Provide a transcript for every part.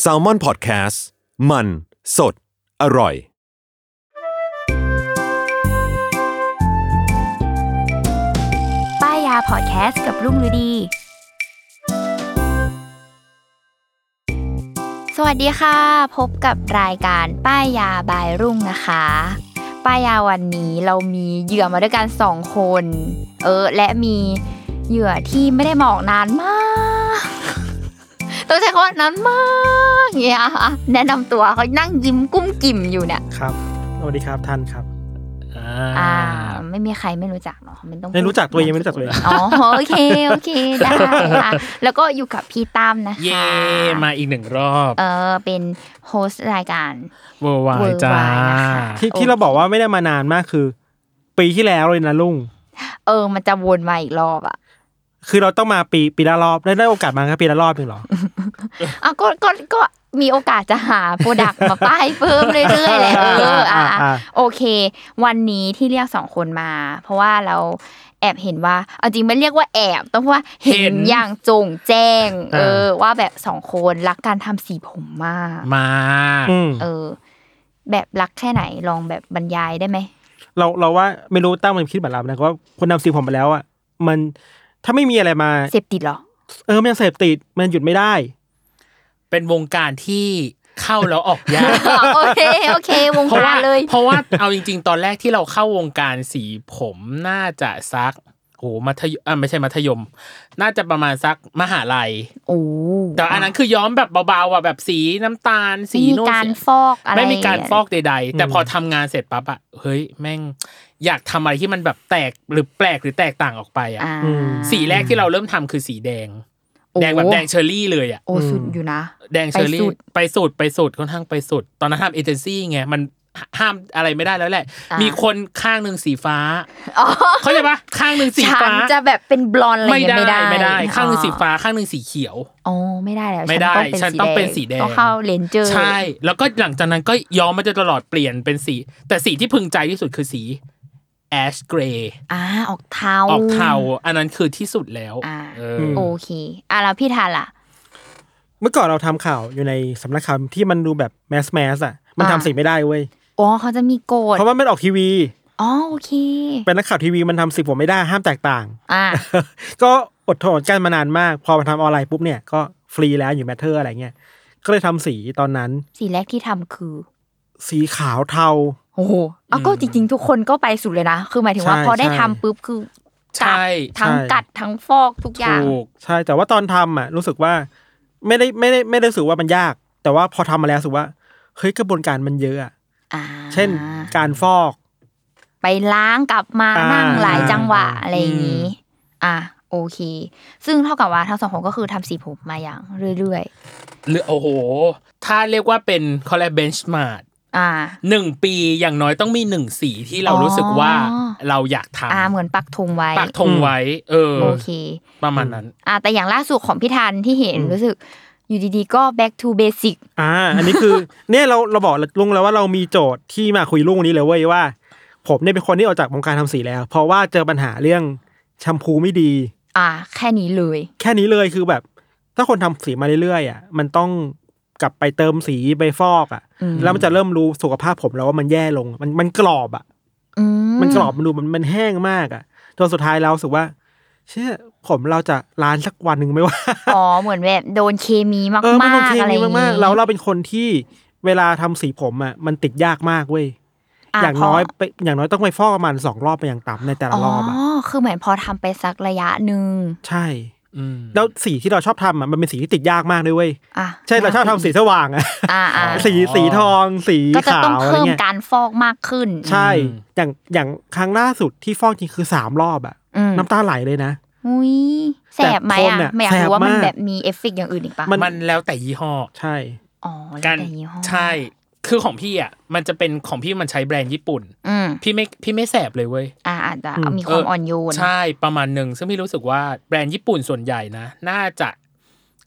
แซลมอนพอดแคสต์มันสดอร่อย ป้ายยาพอดแคสต์กับรุ่งฤดี สวัสดีค่ะ พบกับรายการป้ายยาบายรุ่งนะคะ ป้ายยาวันนี้เรามีเหยื่อมาด้วยกันสองคน เออ และมีเหยื่อที่ไม่ได้หมออกนานมาก ต้องใช้คำว่านั้นมากเงี้ยอ่ะแนะนำตัวเขานั่งยิ้มกุ้มกิ่มอยู่เนี่ย ครับ สวัสดีครับท่านครับ อ่า ไม่มีใครไม่รู้จักเนาะมันต้อง ไม่รู้จักตัวเองไม่รู้จักตัวเอง อ๋อโอเคโอเคได้ ค่ะแล้วก็อยู่กับพี่ตั้มนะคะ เย่มาอีกหนึ่งรอบ เออเป็นโฮสต์รายการ เวอร์วาย Worldwide จ้า นะคะ ที่ โอเค ที่เราบอกว่าไม่ได้มานานมากคือ ปีที่แล้วเลยนะลุง เออ มันจะวนมาอีกรอบอ่ะ คือเราต้องมาปีปีละรอบได้ได้โอกาสมาแค่ปีละรอบหนึ่งเหรอ อ่ะก็ก็ก็มีโอกาสจะหาโปรดักต์มาป้ายเพิ่มเรื่อยๆแหละเอออ่ะ อ่า โอเค วันนี้ที่เรียกสองคนมา เพราะว่าเราแอบเห็นว่าเอาจริงไม่เรียกว่าแอบต้องว่าเห็ เห็ น น อย่างจงแจ้ง เออ อ่า ว่าแบบสองคนรักการทำสีผมมาก มา อืม เออ แบบรักแค่ไหนลองแบบบรรยายได้ไหม เราเราว่าไม่รู้ตั้งมันคิดแบบเรานะว่าคนนำสีผมไปแล้วอ่ะมันถ้าไม่มีอะไรมา เสพติดเหรอ เออมันยังเสพติดมันหยุดไม่ได้ เป็นวงการที่เข้าแล้วออกยาก โอเค โอเควง เพราะ การ ว่า เลย เพราะว่าเอาจริง ๆ ตอนแรกที่เราเข้าวงการสีผมน่าจะซักโอ้มัธยมอ่ะไม่ใช่มัธยม น่าจะประมาณสักมหาลัย โอ้ แต่อันนั้นคือย้อมแบบเบาๆอ่ะแบบสีน้ำตาลสี ไม่มี นู่น การ สี ฟอกอะไร ไม่มีการฟอกใด ๆ แต่ อืม พอทำงานเสร็จปั๊บอ่ะเฮ้ยแม่งอยากทำอะไรที่มันแบบแตกหรือแปลกหรือแตกต่างออกไปอ่ะ อ่า อืม สีแรกที่เราเริ่มทำคือสีแดง โอ้ แดงแบบแดงเชอร์รี่เลยอ่ะ โอ้สุดอยู่นะ แดงเชอร์รี่ ไปสุด ไปสุดไปสุดค่อนข้างไปสุด ตอนนั้นทำเอเจนซี่ไงมันหห้ามอะไรไม่ได้แล้วแหละ อ่ามี มีคนข้างหนึ่งสีฟ้า อ๋อ เขาใจปะข้างหนึ่งสี ฉัน ฟ้า จะแบบเป็นบลอนด์อะไร ไม่ อย่าง ได้ เงี้ย ไม่ ไม่ ได้ ได้ ข้างหนึ่งสีฟ้าข้างหนึ่งสีเขียว อ๋อไม่ได้แล้ว ไม่ได้ฉันต้องเป็นสีแดง ต้องเข้าเลนเจอร์ ใช่ แล้วก็หลังจากนั้นก็ย้อมมาจนตลอดเปลี่ยนเป็นสี แต่สีที่พึงใจที่สุดคือสีแอชเกรย์ อ่าออกเทา ออกเทาอันนั้นคือที่สุดแล้ว อ่า เอออ โอเคอ่ะแล้วพี่ทานล่ะ เมื่อก่อนเราทำข่าวอยู่ในสำนักข่าวที่มันดูแบบแมสแมสอ่ะ มันทำ อ่า สีไม่ได้เว้ย อ๋อเขาจะมีโกด เพราะว่ามันออกทีวี อ๋อโอเค เป็นนักข่าวทีวีมันทำสีผมไม่ได้ห้ามแตกต่าง อ่า ก็อดทนกันมานานมาก พอมาทำออนไลน์ปุ๊บเนี่ยก็ฟรีแล้วอยู่แมทเทอร์อะไรเงี้ย ก็เลยทำสีตอนนั้น สีแรกที่ทำคือ สีขาวเทา โอ้โหเอาก็จริงๆ ทุกคนก็ไปสุดเลยนะ คือหมายถึงว่า ใช่ พอได้ ใช่ ทำปุ๊บคือ ใช่ กัดทั้ง ใช่ กัดทั้งฟอกทุกอย่าง ถูก ใช่แต่ว่าตอนทำอ่ะรู้สึกว่า ไม่ได้ไม่ได้ไม่ได้รู้สึกว่ามันยาก แต่ว่าพอทำมาแล้วรู้สึกว่าเฮ้ยกระบวนการมันเยอะอะ อ่า เช่นการฟอก ไปล้างกลับมา อ่านั่ นั่งหลายจังหวะอะไรอย่างนี้ อื อ่ะโอเค ซึ่งเท่ากับว่าทั้งสองคนก็คือทำสีผมมาอย่างเรื่อย หรือโอ้โห ถ้าเรียกว่าเป็นเขาเรียกเบนช์มาร์ ๆ อ่า หนึ่งปีอย่างน้อยต้องมีหนึ่งสีที่เรา อ๋อ รู้สึกว่าเราอยากท อ่าเหมือนปักธงไว้ ำปักธงไว้ เออ โอเค ประมาณนั้น อ่าแต่อย่างล่าสุดของพี่ทันที่เห็นรู้สึกอยู่ดีๆ ก็ back to basic อ่า อันนี้คือ เนี่ยเราเราบอกลุงแล้วว่าเรามีโจทย์ที่มาคุยลุงวันนี้เลยเว้ยว่า ผมเนี่ยเป็นคนที่ออกจากวงการทำสีแล้ว เพราะว่าเจอปัญหาเรื่องแชมพูไม่ดี อ่า แค่นี้เลย แค่นี้เลยคือแบบ ถ้าคนทำสีมาเรื่อยๆอ่ะมันต้องกลับไปเติมสีไปฟอกอ่ะ อืม แล้วมันจะเริ่มรู้สุขภาพผมแล้วว่ามันแย่ลง มันมันกรอบอ่ะ อืม มันกรอบมันดูมันมันแห้งมากอ่ะจนสุดท้ายแล้วรู้สึกว่า เชื่อผมเราจะล้านสักวันหนึ่งไหมวะ อ๋อเหมือนแบบโดนเคมีมาก เออมันโดน ๆ เค อะไรอ มี ย่างงี้ มากๆแล้วเราเป็นคนที่เวลาทำสีผมอ่ะมันติดยากมากเว้ย ะ อย่าง พ น้อยไปอย่างน้อยต้องไปฟอกประมาณสองรอบไปนอย่างต่ำในแต่ละรอบอ่ะ อ๋อคือเหมือนพอทำไปสักระยะหนึ่ง ใช่ อืม แล้วสีที่เราชอบทำอ่ะมันเป็นสีที่ติดยากมากด้วยเว้ย อ่ะ ใช่เราชอบทำสีสว่างอ่ะ อ่าอ่า สีสีทอง สี ก็จะ ขา ต้อง วอะไร เพิ่ม เงี้ย การฟอกมากขึ้น ใช่ อย่างอย่างครั้งล่าสุดที่ฟอกจริงคือสามรอบอ่ะ อืม น้ำตาไหลเลยนะ อุ้ยแสบไหมอ่ะ แต่ทนอะ ไม่อยาก แสบ รู้ว่ามัน มาก แบบมีเอฟเฟกต์อย่างอื่นอีกปะ มัน มันแล้วแต่ยี่ห้อ ใช่ อ๋อแล้ว การ แต่ยี่ห้อ ใช่คือของพี่อ่ะมันจะเป็นของพี่มันใช้แบรนด์ญี่ปุ่น อืม พี่ไม่พี่ไม่แสบเลยเว้ย อ่าอาจจะ อืม มีความ เอออ่ อ่อนโยน ใช่ประมาณหนึ่งซึ่งพี่รู้สึกว่าแบรนด์ญี่ปุ่นส่วนใหญ่นะ น่าจะ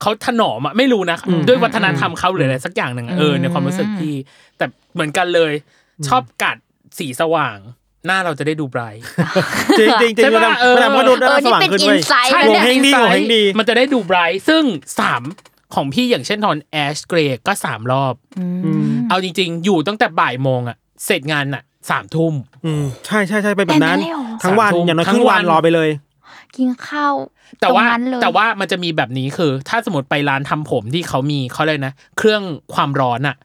เขาถนอมอะไม่รู้นะ อืม ด้วยวัฒนธรรมเขาหรืออะไรสักอย่างหนึ่งอะเออ อืม ในความรู้สึกพี่ แต่เหมือนกันเลย ชอบกัดสีสว่าง หน้าเราจะได้ดูไบรท์ จริง จริงจริ ใช่ ง ปะ มัน เออ ทำมันทำก็ดูหน้า เออ สว่าง นี่เป็น ขึ้นเว้ย insight ใช่ นะเนี่ย โงเฮงดีโงเฮงดี มันจะได้ดูไบรท์ซึ่งสามของพี่อย่างเช่นตอนแอชเกรย์ก็สามรอบ อืม อืม เอาจริง ๆ อยู่ตั้งแต่บ่ายโมงอะเสร็จงานอะสามทุ่ม อืมใช่ใช่ใช่ไปนแบ แบบบนั้ นั้น นเลยเหรอ ทั้งวัน สามทุ่ม อย่างน้อยคทั้ง รึ่งวัน วัน รอไปเลย กินข้าว แต่ตว่ารงนั้นเลย แต่ว่ามันจะมีแบบนี้คือ ถ้าสมมติไปร้านทำผมที่เขามีเขาเลยกนะ เครื่องความร้อนอ่ะ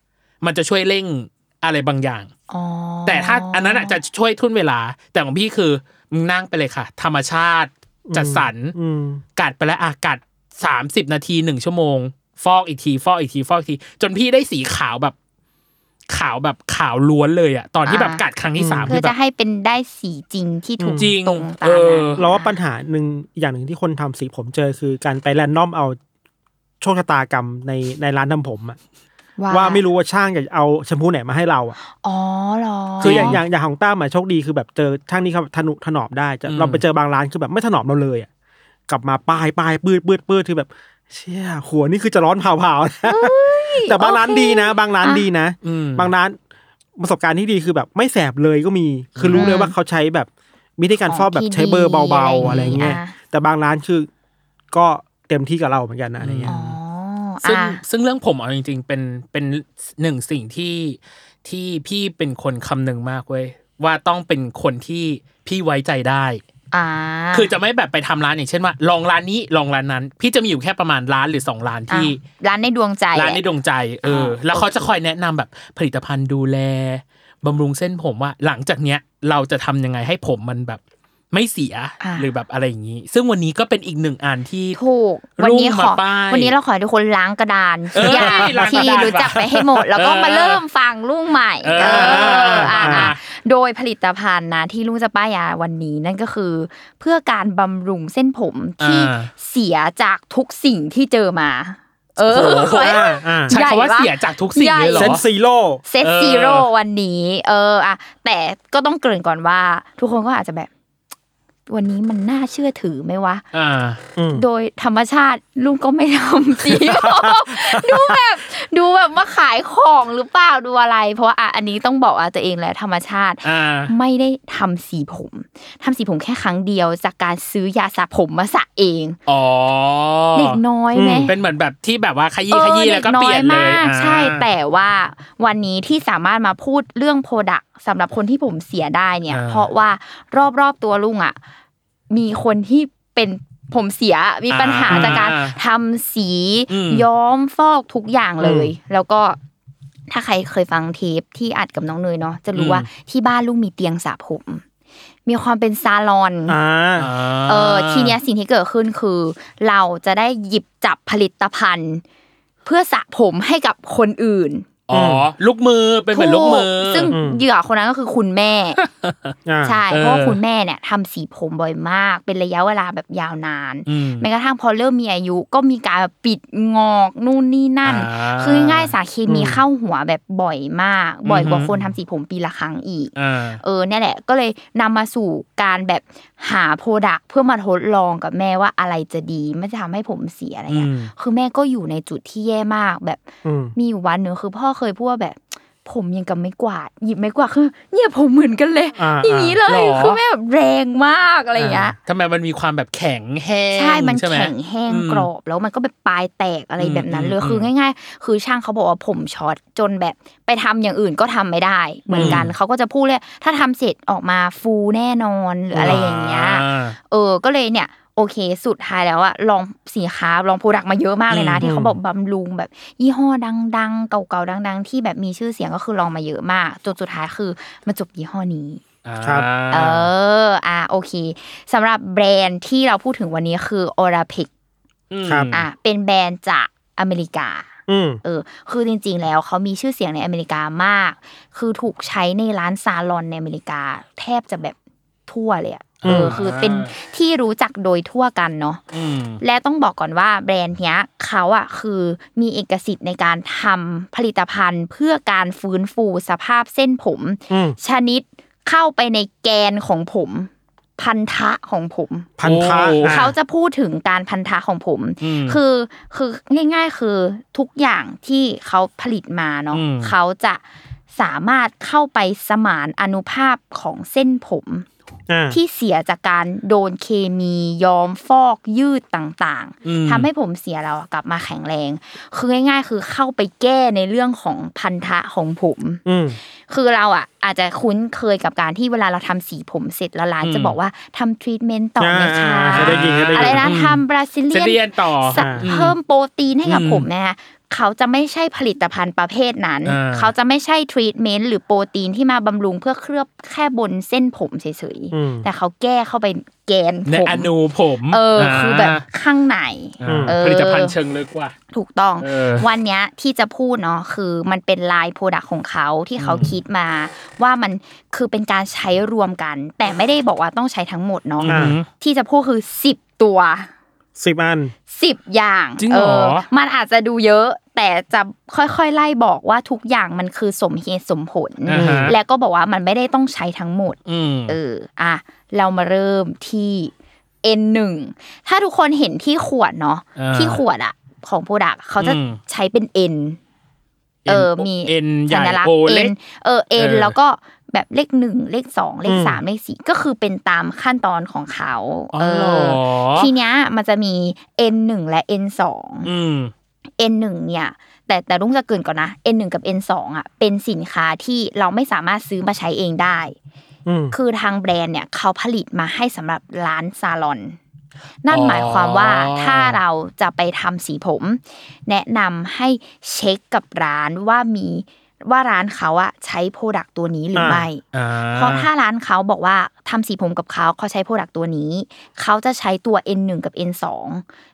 มันจะช่วยเร่งอะไรบางอย่าง อ๋อ แต่ถ้าอันนั้นอะจะช่วยทุ่นเวลา แต่ของพี่คือมึงนั่งไปเลยค่ะ ธรรมชาติจัดสรร อืม กัดไปแล้วอากาศสามสิบนาทีหนึ่งชั่วโมง ฟอกอีกที ฟอกอีกที ฟอกอีกที จนพี่ได้สีขาวแบบ ขาวแบบขาวล้วนเลยอ่ะตอนที่แบบกัดครั้งที่สาม เพื่ ที่ อ แบ จะ บ ให้เป็นได้สีจริงที่ถูก จริง ตรงตา เออ นะ เราว่าปัญหาหนึ่งอย่างหนึ่งที่คนทำสีผมเจอคือการไปแรนดอมเอาโชคชะตากรรมในในร้านทำผมอะว่าไม่รู้ว่าช่างจะเอาแชมพูไหนมาให้เราอะ อ๋อเหรอ คืออย่างอย่างอย่างของต้ามอะโชคดีคือแบบเจอช่างนี้เขาทนุถนอมได้จะ อืม เราไปเจอบางร้านคือแบบไม่ถนอมเราเลยอะกลับมาป้ายป้ายปืดปืดปืดคือแบบ เชี่ยหัวนี่คือจะร้อนเผาๆนะแต่บางร้าน โอเค ดีนะ บางร้านดีนะ อืม บางร้านประสบการณ์ที่ดีคือแบบไม่แสบเลยก็มี คือรู้เลยว่าเขาใช้แบบวิธีการฟอกแบบใช้เบอร์เบาๆ อะไรเงี้ย อ่ะ แต่บางร้านคือก็เต็มที่กับเราเหมือนกันนะอะไรเงี้ อ๋ ย อ ซึ่ง อ่ะ ซึ่งเรื่องผมเอาจริงๆ เป็นเป็นหนึ่งสิ่งที่ที่พี่เป็นคนคำนึงมากเว้ยว่าต้องเป็นคนที่พี่ไว้ใจได้ อ่า คือจะไม่แบบไปทำร้านอย่างเช่นว่า ลองร้านนี้ลองร้านนั้น พี่จะมีอยู่แค่ประมาณร้านหรือสองร้านที่ อ่ะร้านในดวงใจ ร้านในดวงใจเอาอแล้วเขาจะคอยแนะนำแบบผลิตภัณฑ์ดูแลบำรุงเส้นผมว่า หลังจากเนี้ยเราจะทำยังไงให้ผมมันแบบไม่เสีย อ่ะ หรือแบบอะไรอย่างนี้ ซึ่งวันนี้ก็เป็นอีกหนึ่งอันที่ ถูก วันนี้ รุ่ง ข มา อ ป้าย วันนี้เราขอให้ทุกคนล้างกระดาน เออ อย่าง ล้างกระดาน ที่รู้จักไปให้หมด แล้วก็ เออ มาเริ่มฟังลุงใหม่ เออ เอออ่ะ อ่ะ โดยผลิตภัณฑ์นะที่ลุงจะป้ายยาวันนี้นั่นก็คือ เพื่อการบำรุงเส้นผมที่เสียจากทุกสิ่งที่เจอมา เออ อ่าอ่า ใช้คำว่า ใหญ่ปะ เสียจากทุกสิ่งเลยเหรอ ใหญ่ เซนซีโร่ เซต เออ ซีโร่วันนี้ เอออะแต่ก็ต้องเกริ่นก่อนว่า ทุกคนก็อาจจะแบบ วันนี้มันน่าเชื่อถือไหมวะ อ่า โดยธรรมชาติลุงก็ ไม่ทำสีผมดูแบบดูแบบมาขายของหรือเปล่าดูอะไร เพราะว่าอ่ะอันนี้ต้องบอกอาตัวเองแหละธรรมชาติ อ่า ไม่ได้ทำสีผมทำสีผมแค่ครั้งเดียวจากการซื้อยาสระผมมาสระเอง อ๋อ เด็กน้อยไหม เป็นเหมือนแบบที่แบบว่าขยี้ เอ ข อ ยี้แล้วก็ ด็ เปลี่ยนอเลย มาก อ่า ใช่แต่ว่าวันนี้ที่สามารถมาพูดเรื่องโปรดักสำหรับคนที่ผมเสียได้เนี่ย อ่า เพราะว่ารอบๆตัวลุงอ่ะมีคนที่เป็นผมเสียมีปัญหา อ่า จากการทำสี อืม ย้อมฟอกทุกอย่างเลย แล้วก็ถ้าใครเคยฟังเทปที่อัดกับน้องเนยเนาะจะรู้ว่าที่บ้านลุงมีเตียงสระผม มีความเป็นซาลอน อ่า อ่า เออทีเนี้ยสิ่งที่เกิดขึ้นคือ เราจะได้หยิบจับผลิตภัณฑ์ เพื่อสระผมให้กับคนอื่น อ๋อ ลูกมือ เป็นเหมือนลูกมือ ถูซึ่ง อืม เหยื่อคนนั้นก็คือคุณ แม่ อ่า ใช่ เออ เพราะว่าคุณแม่เนี่ยทำสีผมบ่อยมาก เป็นระยะเวลาแบบยาวนาน อืม แม้กระทั่งพอเริ่มมีอายุก็มีการปิดงอกนู่นนี่นั่น อ่า คือง่ายๆสารเคมี อืม เข้าหัวแบบบ่อยมาก บ่อยกว่า อือฮึ คนทำสีผมปีละครั้งอีก อ่า เออเนี่ยแหละก็เลยนำมาสู่การแบบหาโปรดักเพื่อมาทดลองกับแม่ว่าอะไรจะดีไม่จะทำให้ผมเสียอะไรเงี้ย อืม คือแม่ก็อยู่ในจุดที่แย่มากแบบ อืม มีอยู่วันหนึ่งคือพ่อเคยพูดว่าแบบ ผมยังกับไม้กวาดหยิบไม้กวาดคือเนี่ยผมเหมือนกันเลย อ่า อย่างนี้เลย อ่าหรอ คือแม่แบบแรงมากอะไรอย่างเงี้ย ทำไมมันมีความแบบแข็งแห้ง ใช่ มัน ไห แข็งแห้ง อืม กรอบแล้วมันก็แบบปลายแตกอะไร อืม แบบนั้นเล อื ย ม คือง่าย ๆ คือช่างเขาบอกว่าผมช็อตจนแบบไปทำอย่างอื่นก็ทำไม่ได้ เหมือนกัน อืม เขาก็จะพูดเลย ถ้าทำเสร็จออกมาฟูแน่นอนหรืออะไรอย่างเงี้ย อ่า เออ ก็เลยเนี่ย โอเค สุดท้ายแล้วอะลองสินค้าลองโปรดักต์มาเยอะมากเลยนะ อืม ที่เขาบอกบำรุงแบบ ยี่ห้อดังๆ เก่าๆดัง ๆ ที่แบบมีชื่อเสียงก็คือลองมาเยอะมากจนสุดท้ายคือมาจบยี่ห้อนี้ ครับ อ่า เออ อ่ะโอเคสำหรับแบรนด์ที่เราพูดถึงวันนี้คือ o r a p i c ครับ อ่ะเป็นแบรนด์จากอเมริกา อืม เออ คือจริงๆ แล้วเขามีชื่อเสียงในอเมริกามาก คือถูกใช้ในร้านซาลอนในอเมริกา แทบจะแบบทั่วเลยอะเออ อืม คือเป็นที่รู้จักโดยทั่วกันเนาะ อืม และต้องบอกก่อนว่าแบรนด์เนี้ยเขาอ่ะคือมีเอกสิทธิ์ในการทำผลิตภัณฑ์ เพื่อการฟื้นฟูสภาพเส้นผม อืม ชนิดเข้าไปในแกนของผม พันธะของผม พันธะ โอ้ อ่ะ เขาจะพูดถึงการพันธะของผม อืม คือคือง่ายๆคือทุกอย่างที่เขาผลิตมาเนาะ อืม เขาจะสามารถเข้าไปสมานอนุภาพของเส้นผม อ่า ที่เสียจากการโดนเคมีย้อมฟอกยืดต่าง อืม ๆทำให้ผมเสียเราอะกลับมาแข็งแรง คือง่าย ๆ คือเข้าไปแก้ในเรื่องของพันธะของผม อืม คือเราอ่ะอาจจะคุ้นเคยกับการที่เวลาเราทำสีผมเสร็จแล้วร้าน อืม จะบอกว่าทำทรีทเมนต์ต่อไหมคะ อ่าเคยได้ยินเคยได้ยิน อะไรนะทำบราซิเลี จะเรีย ย นต่อ สะ อืม เพิ่มโปรตีนให้กับ อืม ผมนะคะเขาจะไม่ใช่ผลิตภัณฑ์ประเภทนั้น อ่า เขาจะไม่ใช่ทรีทเมนต์หรือโปรตีนที่มาบำรุงเพื่อเคลือบแค่บนเส้นผมเฉย อืม ๆ แต่เขาแก้เข้าไปแกน ใน ผม อนูผม เอออ คือแบบข้างใน อ่า เออ ผลิตภัณฑ์เชิงลึกว่ะ ถูกต้อง เออ วันเนี้ยที่จะพูดเนาะคือมันเป็นไลน์โปรดักของเขาที่เขาคิดมา ว่ามันคือเป็นการใช้รวมกัน แต่ไม่ได้บอกว่าต้องใช้ทั้งหมดเนาะ อ่า ที่จะพูดคือ 10 ตัว สิบอัน 10 อย่าง จริงเหรอ มันอาจจะดูเยอะ แต่จะค่อยๆไล่บอกว่าทุกอย่างมันคือสมเหตุสมผล อ่าฮะ และก็บอกว่ามันไม่ได้ต้องใช้ทั้งหมด อืม เออ อ่ะ เรามาเริ่มที่ N1 ถ้าทุกคนเห็นที่ขวดเนาะ อ่า ที่ขวดอะของโปรดักเขาจะ อืม ใช้เป็น N เออ มี เอ็นให สั ญ่ ญลักษ โอ ณ์ เล็ก N เออ เออ N แล้วก็แบบเลขหนึ่งเลขสองเลข อืม สามเลขสี่ก็คือเป็นตามขั้นตอนของเขา อ๋อ เอ เหร อ อ ทีเนี้ยมันจะมี N1 และ N2 อืม N1 เนี่ย แต่แต่รุ่งจะเกรินก่อนนะ N1 กับ N2 อ่ะ เป็นสินค้าที่เราไม่สามารถซื้อมาใช้เองได้ อืม คือทางแบรนด์เนี่ยเขาผลิตมาให้สำหรับร้านซาลอน นั่นหมายความว่า อ๋อ ถ้าเราจะไปทำสีผม แนะนำให้เช็คกับร้านว่ามีว่าร้านเขาอะใช้โปรดักตัวนี้หรือไม่ อ่า เพราะถ้าร้านเขาบอกว่าทำสีผมกับเขาเขาใช้โปรดักตัวนี้ เขาจะใช้ตัว N1 กับ N2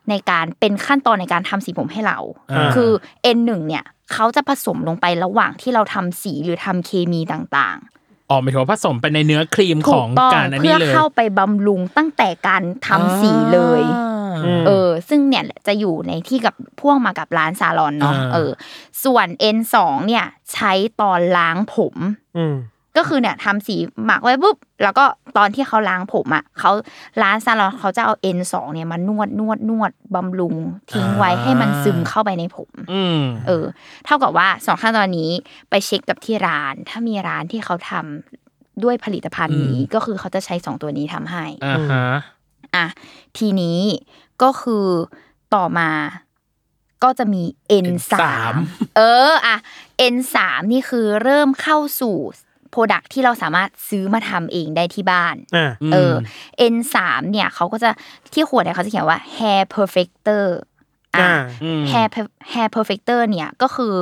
ในการเป็นขั้นตอนในการทำสีผมให้เรา า คือ N1 เนี่ยเขาจะผสมลงไประหว่างที่เราทำสีหรือทำเคมีต่างๆ อ๋อหมายถึงว่าผสมไปในเนื้อครีมข ถู อก ง ต้อง การอัน เพื่ นี้ อ เลย เข้าไปบำรุงตั้งแต่การทำสีเลย อ่า อืม เออ ซึ่งเนี่ยแหละจะอยู่ในที่กับพ่วงมากับร้านซาลอนเนาะ อ่า เออ ส่วน N2 เนี่ยใช้ตอนล้างผม อืม ก็คือเนี่ยทำสีหมักไว้ปุ๊บแล้วก็ตอนที่เขาล้างผมอ่ะเขาร้านซาลอนเขาจะเอา N2 เนี่ยมานวดนวดนวดบำรุงทิ้งไว้ให้มันซึมเข้าไปในผม อืม เออ เท่ากับว่าสองขั้นตอนนี้ไปเช็คกับที่ร้าน ถ้ามีร้านที่เขาทำด้วยผลิตภัณฑ์นี้ อืม ก็คือเขาจะใช้สองตัวนี้ทำให้ อ่าฮะ อ่ะทีนี้ก็คือต่อมาก็จะมี N3 เอออ่ะ N3 นี่คือเริ่มเข้าสู่โปรดักที่เราสามารถซื้อมาทำเองได้ที่บ้าน อ่า เออ N3 เนี่ยเขาก็จะที่ขวดเนี่ยเขาจะเขียนว่า hair perfector อ่า อ่ะ ม hair per- hair perfector เนี่ยก็คือ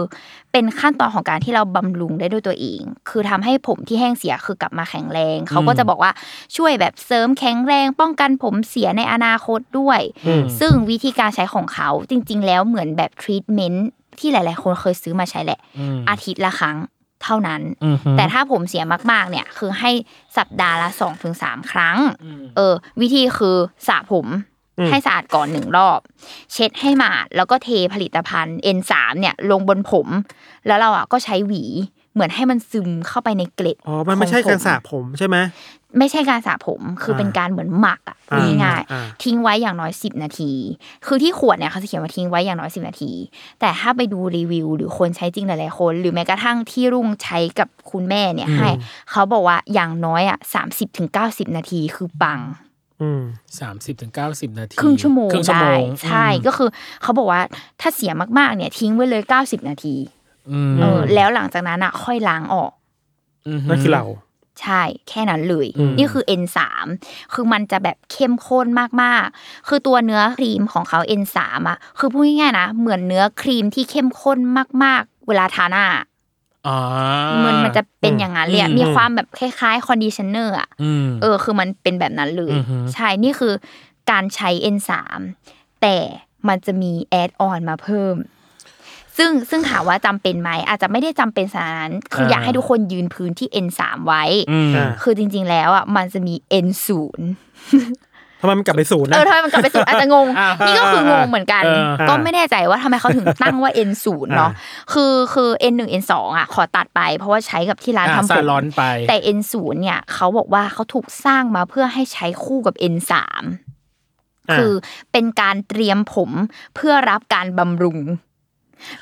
เป็นขั้นตอนของการที่เราบำรุงได้ด้วยตัวเอง คือทำให้ผมที่แห้งเสียคือกลับมาแข็งแรง เขาก็จะบอกว่าช่วยแบบเสริมแข็งแรง ป้องกันผมเสียในอนาคตด้วย อืม ซึ่งวิธีการใช้ของเขาจริง ๆ แล้วเหมือนแบบทรีทเมนต์ที่หลาย ๆ คนเคยซื้อมาใช้แหละ อืม อาทิตย์ละครั้งเท่านั้น อืม แต่ถ้าผมเสียมาก ๆ เนี่ยคือให้สัปดาห์ละ 2-3 ครั้ง อืม เออวิธีคือสระผม อืม ให้สะอาดก่อนหนึ่งรอบ เช็ดให้หมาดแล้วก็เทผลิตภัณฑ์ N3 เนี่ยลงบนผม แล้วเราอ่ะก็ใช้หวีเหมือนให้มันซึมเข้าไปในเกล็ด อ๋อ มันไม่ใช่ ของผ การสระผมใช่ไหม ไม่ใช่การสระผมคือเป็นการเหมือนหมักอ่ะ อ่า ง่าย อ่า ๆทิ้งไว้อย่างน้อย 10 นาที คือที่ขวดเนี่ยเขาจะเขียนว่าทิ้งไว้อย่างน้อย 10 นาที แต่ถ้าไปดูรีวิว หรือคนใช้จริงหลายๆคน หรือแม้กระทั่งที่รุ่งใช้กับคุณแม่เนี่ยให้เขาบอกว่าอย่างน้อยอ่ะ30-90 นาทีคือปัง อืม สามสิบถึงเก้าสิบนาที ครึ่งชั่วโมง ครึ่งชั่วโม ได้ ง ใช่ก็คือเขาบอกว่าถ้าเสียมากๆเนี่ยทิ้งไว้เลย 90 นาที อืม เออแล้วหลังจากนั้นอ่ะค่อยล้างออก ม นั่นคือเรา ใช่แค่นั้นเลย อืม นี่คือ N3 คือมันจะแบบเข้มข้นมากๆ คือตัวเนื้อครีมของเขา N3 อ่ะคือพูดง่ายๆนะ เหมือนเนื้อครีมที่เข้มข้นมากๆ เวลาทาหน้า อ่า มันมันจะเป็นอย่างนั้นเลยอะ อืม มีความแบบคล้ายๆคอนดิชเนอร์อ่ะ อืม เออคือมันเป็นแบบนั้นเลย อือฮึ ใช่นี่คือการใช้ N3 แต่มันจะมีแอดออนมาเพิ่ม ซึ่งซึ่งถามว่าจำเป็นไหม อาจจะไม่ได้จำเป็นสาดนั้น คืออยากให้ทุกคนยืนพื้นที่ N3 ไว้ อืม อ่า คือจริง ๆ แล้วอ่ะมันจะมี N0 ทำไมมันกลับไปศูนย์ เอ นะ อทำไมมันกลับไปศูนย์อาจจะงง อ่า นี่ก็คืองงเหมือนกัน เออ ก็ไม่แน่ใจว่าทำไมเขาถึงตั้งว่า N0 เนาะคือคือ N1 N2 อ่ะขอตัดไป เพราะว่าใช้กับที่ร้าน อ่า ทำผ ซาม ลอนไป แต่ N0 เนี่ยเขาบอกว่าเขาถูกสร้างมาเพื่อให้ใช้คู่กับ N3 อ่า คือเป็นการเตรียมผมเพื่อรับการบำรุง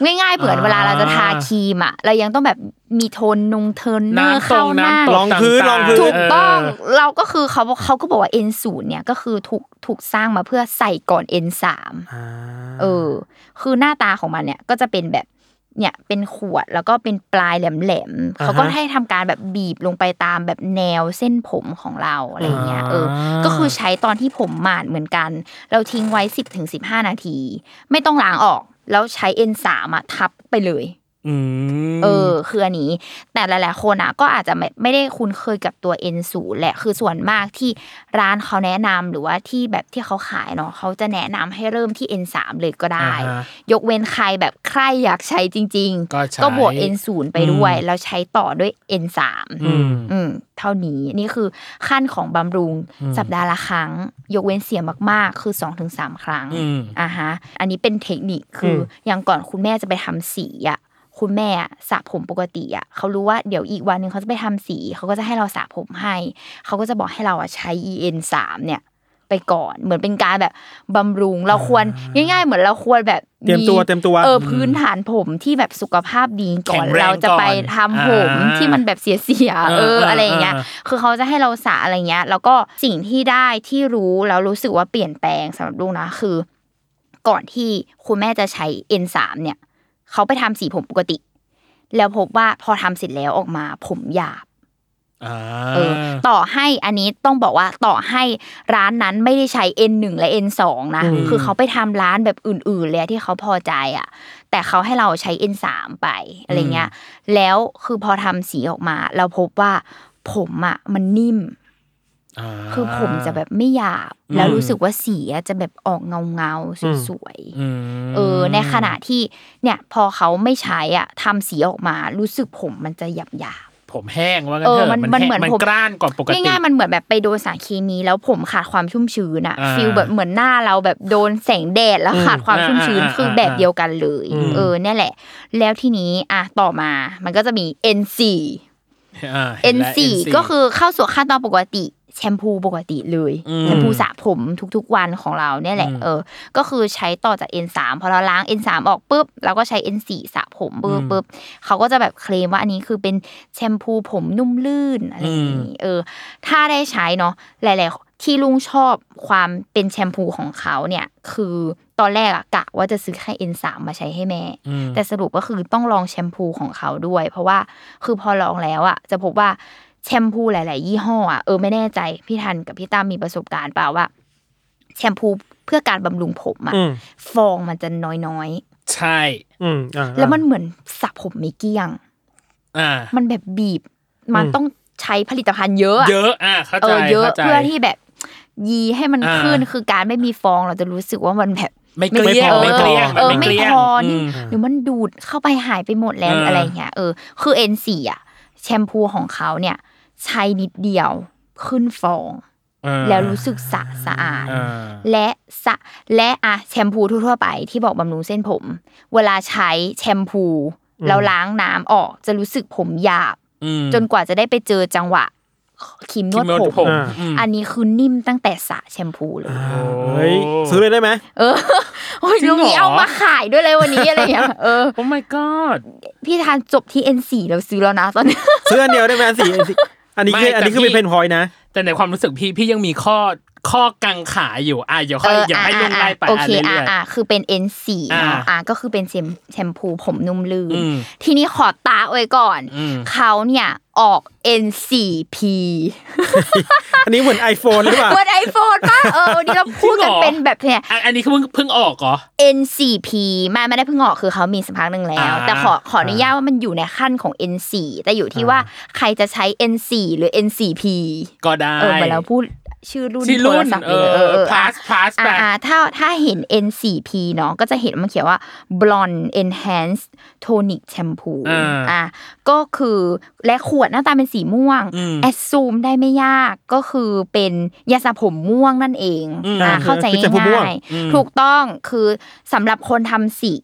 ง่ายๆเหมือน อ่า เวลาเราจะทาครีมอะเรายังต้องแบบมีโทนนงเทนเนอร์ น้ำตร เข้าง หน้า น้ำตก รองพื้น าร องพื้น ถูกต้อง เ เราก็คือเขาบอกเขาก็บอกว่า N0 เนี่ยก็คือถูกถูกสร้างมาเพื่อใส่ก่อน N3 อ่า เออ คือหน้าตาของมันเนี่ยก็จะเป็นแบบ เนี่ยเป็นขวดแล้วก็เป็นปลายแหลมๆเขาก็ให้ทำการแบบบีบลงไปตามแบบแนวเส้นผมของเราอะไรเงี้ย เออ อ่า ก็คือใช้ตอนที่ผมหมาดเหมือนกัน เราทิ้งไว้ 10ถึง15 นาที ไม่ต้องล้างออก แล้วใช้ N3 อ่ะทับไปเลย อืม เออคืออันนี้ แต่หลาย ๆ คนอ่ะก็อาจจะไม่ไม่ได้คุ้นเคยกับตัว N0 แหละคือส่วนมากที่ร้านเขาแนะนำหรือว่าที่แบบที่เขาขายเนาะเขาจะแนะนำให้เริ่มที่ N3 เลยก็ได้ อ่าฮะ ยกเว้นใครแบบใครอยากใช้จริง ก็ใช้ ๆ ก็บวก N0 ไปด้วย แล้วใช้ต่อด้วย N3 อืม อืมเท่านี้นี่คือขั้นของบำรุงสัปดาห์ละครั้ง ยกเว้นเสียมาก ๆ คือ 2-3 ครั้ง อืม อ่าฮะ อันนี้เป็นเทคนิคคือออย่างก่อนคุณแม่จะไปทำสีอ่ะ คุณแม่อะสระผมปกติอ่ะเขารู้ว่าเดี๋ยวอีกวันหนึ่งเขาจะไปทำสี เขาก็จะให้เราสระผมให้ เขาก็จะบอกให้เราอ่ะใช้ EN สามเนี่ย ไปก่อน เหมือนเป็นการแบบบำรุง เราควรง่าย ๆ เหมือนเราควรแบบ เตรียมตัวเตรียมตัว เออพื้นฐานผมที่แบบสุขภาพดีก่อน แข็งแรง เราจะไปทำผม ก่อนอ่า ที่มันแบบเสียๆเอ เอ อ อ อะไรอย่างเงี้ย เออ คือเขาจะให้เราสระอะไรเงี้ย แล้วก็สิ่งที่ได้ที่รู้แล้วรู้สึกว่าเปลี่ยนแปลงสำหรับลูกนะคือ ก่อนที่คุณแม่จะใช้ N3 เนี่ย เขาไปทำสีผมปกติ แล้วพบว่าพอทำเสร็จแล้วออกมาผมหยาบ อ่า เออ ต่อให้อันนี้ต้องบอกว่าต่อให้ร้านนั้นไม่ได้ใช้ N1 และ N2 นะ อืม คือเขาไปทำร้านแบบอื่นๆเลยที่เขาพอใจอ่ะ แต่เขาให้เราใช้ N3 ไปอะไรเงี้ย แล้วคือพอทำสีออกมา เราพบว่าผมอ่ะมันนิ่ม คือผมจะแบบไม่หยาบ อืม แล้วรู้สึกว่าสีอะจะแบบออกเงาเงาๆสวยๆ อืม เออในขณะที่เนี่ยพอเขาไม่ใช้อ่ะทำสีออกมารู้สึกผมมันจะหยาบหยาบ ผมแห้งว่า ๆ งั้น เอ เถ อ อะ มัน มัมันน แห้ง เหมือน มัน ผม กร้านกว่าปกติ ง่ายๆมันเหมือนแบบไปโดนสารเคมี แล้วผมขาดความชุ่มชื้นอ่ะ อ่า ฟิลแบบเหมือนหน้าเราแบบโดนแสงแดดแล้วขาดความชุ่มชื้น อ่าอ่าอ่า คือแบบเดียวกันเลย อืม เออเนี่ยแหละ แล้วทีนี้อ่ะต่อมามันก็จะมี N4 อ่าเห็น N แล้ว สี่ก็คือเข้าสู่ขั้นตอนปกติแชมพูปกติเลย อืม แชมพูสระผมทุกๆวันของเราเนี่ยแหละ อืม เออ ก็คือใช้ต่อจาก N 3พอเราล้าง N 3ออกปุ๊บเราก็ใช้ N 4สระผมปุ๊บ อืม ปุ๊บเขาก็จะแบบเคลมว่าอันนี้คือเป็นแชมพูผมนุ่มลื่นอะไรอย่างนี้เออ ถ้าได้ใช้เนาะหลายๆที่ลุงชอบความเป็นแชมพูของเขาเนี่ย คือตอนแรกอะกะว่าจะซื้อแค่ N 3มาใช้ให้แม่ อืม แต่สรุปก็คือต้องลองแชมพูของเขาด้วย เพราะว่าคือพอลองแล้วอ่ะจะพบว่าแชมพูหลาย ๆ ยี่ห้ออ่ะเออไม่แน่ใจพี่ทันกับพี่ตั้มมีประสบการณ์เปล่าว่า แชมพูเพื่อการบำรุงผมอ่ะ อืม ฟองมันจะน้อย ใช่ อืมอ่า ๆ แล้วมันเหมือนสระผมไม่เกลี้ยง อ่า มันแบบบีบ มัน อืม ต้องใช้ผลิตภัณฑ์เยอะอะ เยอะอ่าเข้า เอ ใจ อเยอะ ข้าใจ เพื่อที่แบบยีให้มัน อ่า ขึ้นคือการไม่มีฟองเราจะรู้สึกว่ามันแบบ ไม่เกลี้ยง พอ ไม่เกลี้ยง เออ มัน ไม่ เกลี้ยง พอนี่ ม หรือมันดูดเข้าไปหายไปหมดแล้ว เอออ อะไรเงี้ยเออคือ N4 อ่ะ แชมพูของเขาเนี่ย ใช้นิดเดียวขึ้นฟอง เออ แล้วรู้สึกสะสะอาด เออ และสะและอะแชมพูทั่วๆไปที่บอกบำรุงเส้นผม เวลาใช้แชมพูแล้วล้างน้ำออกจะรู้สึกผมหยาบ อืม จนกว่าจะได้ไปเจอจังหวะครีมนวด ที่ ผ นวดผม ม อ่า อืม อันนี้คือนิ่มตั้งแต่สระแชมพูเลย เฮ้ยซื้อเลยได้ไหม เอ อโอ้ย จริง ลุ เหรอ งนี้เอามาขายด้วยเลยวันนี้อะไรอย่างเงี้ ยเออ โอ้ my god พี่ทานจบที่ N4 แล้วซื้อแล้วนะตอนนี้ ซื้ออันเดียวได้ไหมอันสี่อันสี่อันนี้คือ ไม่ อันนี้คือ แต่พี่ เป็นเพนพอยนะ แต่ในความรู้สึกพี่พี่ยังมีข้อ ข้อกังขาอยู่อ่ะเดี๋ยวค่อยเดี๋ยวค่อยลงไล่ไป โอ อ่ะ เค เรื่ อ่ะ อย อ่ะคือเป็น N4 อ่า เนาะอ่ะก็คือเป็นแชมพูผมนุ่มลื่น อืม ทีนี้ขอตาไว้ก่อน ๆอืม เขาเนี่ยออก N4P อันนี้เหมือน iPhone หรือเปล่า เหมือนไอโฟนป่ะเออวันนี้เราพูดกัน จริงเหรอ เป็นแบบเนี่ย อ่ะอันนี้คือเพิ่งเพิ่งออกเหรอ N4P ไม่ไม่ได้เพิ่งออกคือเขามีสักพักหนึ่งแล้ว อ่า แต่ขอขออนุญาตว่ามันอยู่ในขั้นของ N4 แต่อยู่ที่ว่าใครจะใช้ N4 หรือ N4P ก็ได้ เออเหมือนเราพูดชื่อรุ่น ที่รุ่น โทศัพท์ เอ ลย อ plus plus อ่า ไป อ่าถ้าถ้าเห็น N4P เนาะก็จะเห็นมันเขียนว่า Blonde Enhanced Tonic Shampoo อ่า อ่าก็คือและขวดหน้าตาเป็นสีม่วง อืม แอดซูมได้ไม่ยากก็คือเป็นยาสระผมม่วงนั่นเอง อืม อ่าเข้าใจ คือจะผมม่วง ง่าย อืม ๆถูกต้องคือสำหรับคนทำสี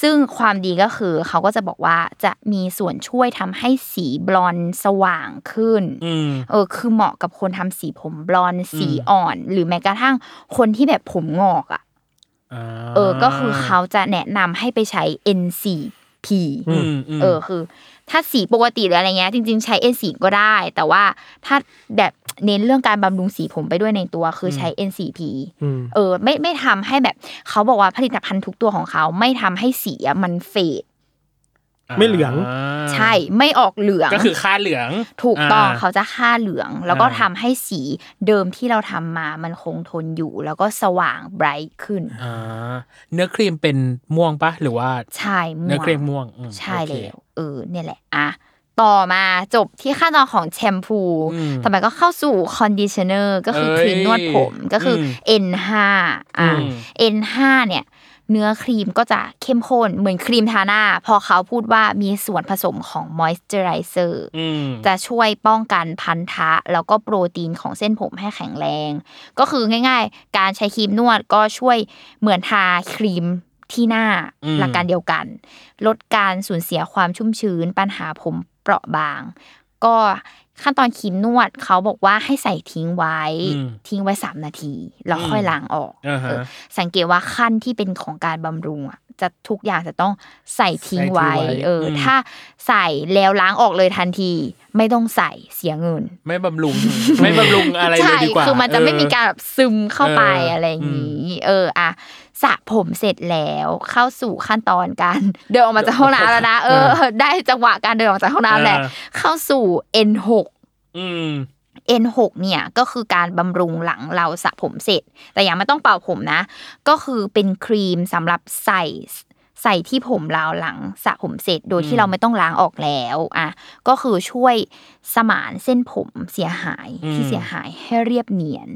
ซึ่งความดีก็คือเขาก็จะบอกว่าจะมีส่วนช่วยทำให้สีบลอนด์สว่างขึ้น อืม เออคือเหมาะกับคนทำสีผมบลอนด์สี อืม อ่อน หรือแม้กระทั่งคนที่แบบผมงอกอ่ะ อ่า เออก็คือเขาจะแนะนำให้ไปใช้ N4P อืมม เออคือ ถ้าสีปกติหรืออะไรเงี้ยจริง ๆ ใช้ N4 ก็ได้ แต่ว่าถ้าแบบเน้นเรื่องการบำรุงสีผมไปด้วยในตัวคือใช้ N4P อืม เออไม่ไม่ทำให้แบบเขาบอกว่าผลิตภัณฑ์ทุกตัวของเขาไม่ทำให้สีอะมันเฟด ไม่เหลือง ใช่ไม่ออกเหลือง ก็คือค่าเหลือง ถูกต้อง อ่า เขาจะค่าเหลือง แล้วก็ อ่า ทำให้สีเดิมที่เราทำมามันคงทนอยู่ แล้วก็สว่างไบรท์ขึ้น อ่าเนื้อครีมเป็นม่วงปะหรือว่า ใช่ม่ เนื้อ ว ครีม ง ม่วงอืม ใช่ โอเค แล้วเออเนี่ยแหละอ่ะต่อมาจบที่ขั้นตอนของแชมพู อืม ต่อไปก็เข้าสู่คอนดิชเนอร์ก็คือ เอ้ย ครีมนวดผมก็คืออ ม N5 อ่ะ อืม N5 เนี่ย เนื้อครีมก็จะเข้มข้นเหมือนครีมทาหน้า พอเขาพูดว่ามีส่วนผสมของมอยส์เจอไรเซอร์ อืม จะช่วยป้องกันพันธะ แล้วก็โปรตีนของเส้นผมให้แข็งแรง ก็คือง่าย ๆ การใช้ครีมนวดก็ช่วยเหมือนทาครีมที่หน้า อืม หลักการเดียวกัน ลดการสูญเสียความชุ่มชื้น ปัญหาผมเปราะบาง ก็ขั้นตอนครีมนวดเขาบอกว่าให้ใส่ทิ้งไว้ อืม ทิ้งไว้ 3 นาที แล้วค่อยล้างออก อ่าฮะ เออสังเกตว่าขั้นที่เป็นของการบำรุงอ่ะจะทุกอย่างจะต้องใส่ทิ้งไว้ ใส่ทิ้งไว้ เอออ ม ถ้าใส่แล้วล้างออกเลยทันที ไม่ต้องใส่เสียเงิน ไม่บำรุง ไม่บำรุงอะไรเล ใช่ ยดีกว่า คือมันจะไม่ เออ มีการแบบซึมเข้าไป เอออ อะไรอย่างนี้ เอออ่ะสระผมเสร็จแล้วเข้าสู่ขั้นตอนการ เดินออกมาจากห้องน้ำแล้วนะเออ ได้จังหวะการเดินออกจากห้องน้ำแหละ เออ เข้าสู่ N6 อืม N6 เนี่ยก็คือการบำรุงหลังเราสระผมเสร็จ แต่อย่าไม่ต้องเป่าผมนะ ก็คือเป็นครีมสำหรับใส่ใส่ที่ผมเราหลังสระผมเสร็จ โดยที่เราไม่ต้องล้างออกแล้วอ่ะก็คือช่วยสมานเส้นผมเสียหาย อืม ที่เสียหายให้เรียบเนียน